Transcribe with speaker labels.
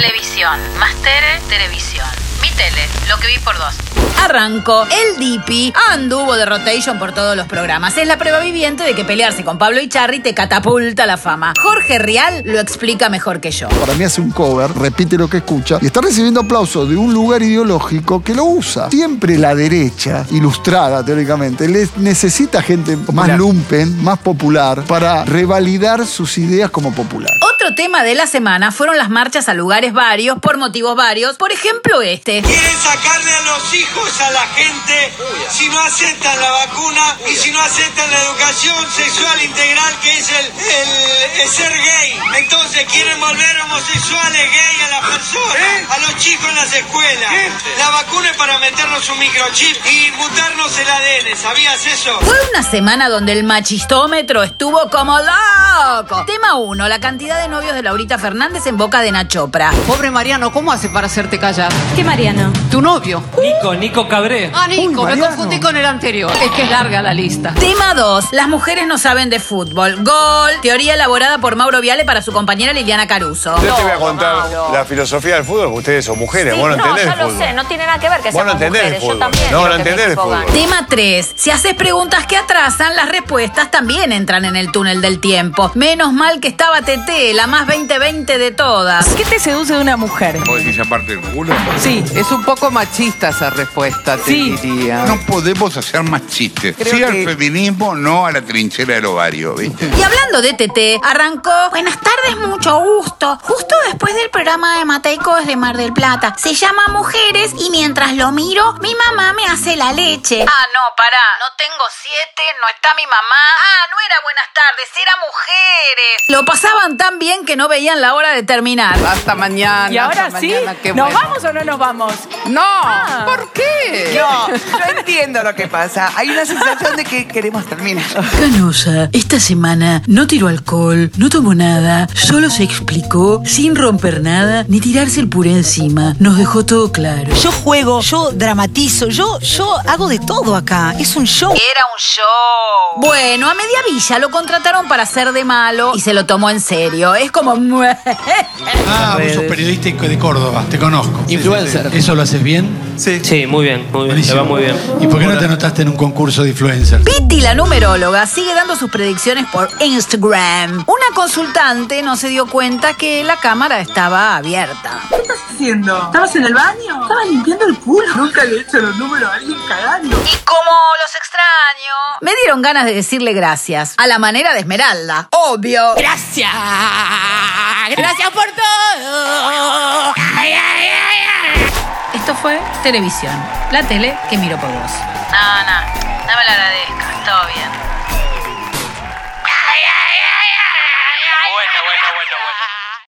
Speaker 1: Televisión, más tele, televisión. Mi tele, lo que vi por dos.
Speaker 2: Arrancó el Dipi anduvo de rotation por todos los programas. Es la prueba viviente de que pelearse con Pablo y Charry te catapulta a la fama. Jorge Rial lo explica mejor que yo.
Speaker 3: Para mí hace un cover, repite lo que escucha y está recibiendo aplausos de un lugar ideológico que lo usa. Siempre la derecha, ilustrada teóricamente, les necesita gente más
Speaker 4: Popular.
Speaker 3: lumpen, más popular, para revalidar sus ideas como popular.
Speaker 2: Otro tema de la semana fueron las marchas a lugares varios por motivos varios. Por ejemplo, este.
Speaker 5: Quieren sacarle a los hijos a la gente si no aceptan la vacuna y si no aceptan la educación sexual integral que es el, el- el ser gay. Entonces quieren volver homosexuales gay a las personas, a los chicos en las escuelas. La vacuna es para meternos un microchip y mutarnos el ADN, ¿sabías eso?
Speaker 2: Fue una semana donde el machistómetro estuvo como loco. Tema 1. La cantidad de novios de Laurita Fernández en boca de Nachopra.
Speaker 6: Pobre Mariano, ¿cómo hace para hacerte callar?
Speaker 7: ¿Qué Mariano?
Speaker 6: Tu novio.
Speaker 4: Nico, Nico Cabré.
Speaker 6: Ah, Nico,
Speaker 3: Uy,
Speaker 6: me
Speaker 3: Mariano.
Speaker 6: confundí con el anterior. Es que es larga la lista.
Speaker 2: Tema 2. Las mujeres no saben de fútbol. Gol. Teoría elaborada por Mauro Viale para su compañera Liliana Caruso.
Speaker 8: Yo te voy a contar la filosofía del fútbol, porque ustedes son mujeres,
Speaker 7: Sí,
Speaker 8: vos no,
Speaker 7: no,
Speaker 8: entendés
Speaker 7: ya
Speaker 8: el
Speaker 7: lo
Speaker 8: fútbol.
Speaker 7: sé, no tiene nada que ver que
Speaker 8: Vos no
Speaker 7: seamos
Speaker 8: entendés el
Speaker 7: mujeres, yo
Speaker 8: fútbol.
Speaker 7: también.
Speaker 8: No,
Speaker 7: quiero
Speaker 8: no
Speaker 7: que mi
Speaker 8: entendés el
Speaker 7: equipo
Speaker 8: fútbol.
Speaker 7: gane.
Speaker 2: Tema 3. Si haces preguntas que atrasan, las respuestas también entran en el túnel del tiempo. Menos mal que estaba Tete, la más 2020 de todas.
Speaker 9: ¿Qué te seduce de una mujer?
Speaker 10: ¿Vos decís aparte del culo?
Speaker 9: Sí.
Speaker 11: Es un poco machista esa respuesta, te
Speaker 9: Sí.
Speaker 11: diría.
Speaker 10: No podemos hacer más chistes.
Speaker 9: Creo
Speaker 10: sí al
Speaker 9: que-
Speaker 10: feminismo, no a la trinchera del ovario, ¿viste?
Speaker 2: Y hablando de TT, arrancó. Buenas tardes, mucho gusto. Justo después del programa de Mateico desde Mar del Plata. Se llama Mujeres y mientras lo miro, mi mamá me hace la leche. Ah, no, pará. No tengo siete, no está mi mamá. Ah, no era buenas tardes, era mujeres. Lo pasaban tan bien que no veían la hora de terminar.
Speaker 11: Hasta mañana.
Speaker 9: ¿Y ahora
Speaker 11: hasta
Speaker 9: sí?
Speaker 11: mañana, qué
Speaker 9: ¿Nos
Speaker 11: bueno.
Speaker 9: vamos o no nos vamos?
Speaker 11: No,
Speaker 9: Ah.
Speaker 11: ¿por qué? No, yo entiendo lo que pasa. Hay una sensación de que queremos terminar.
Speaker 2: Canosa, esta semana no tiró alcohol, no tomó nada, solo se explicó sin romper nada ni tirarse el puré encima. Nos dejó todo claro.
Speaker 12: Yo juego, yo dramatizo, yo, yo hago de todo acá. Es un show.
Speaker 1: Era un show.
Speaker 2: Bueno, a media villa lo contrataron para ser de malo y se lo tomó en serio. Es como...
Speaker 4: Ah, vos sos periodista de Córdoba, te conozco. Influencer. ¿Eso lo haces bien?
Speaker 11: Sí.
Speaker 4: muy bien, muy bien. va muy bien. ¿Y por qué no te anotaste en un concurso de influencer?
Speaker 2: Pitti, la numeróloga, sigue dando sus predicciones por Instagram. Una consultante no se dio cuenta que la cámara estaba abierta. Y como los extraño, me dieron ganas de decirle gracias. A la manera de Esmeralda, obvio.
Speaker 9: Gracias. Gracias por todo.
Speaker 2: Esto fue Televisión, la tele que miro por vos.
Speaker 1: No, no, no me lo agradezcas, todo bien.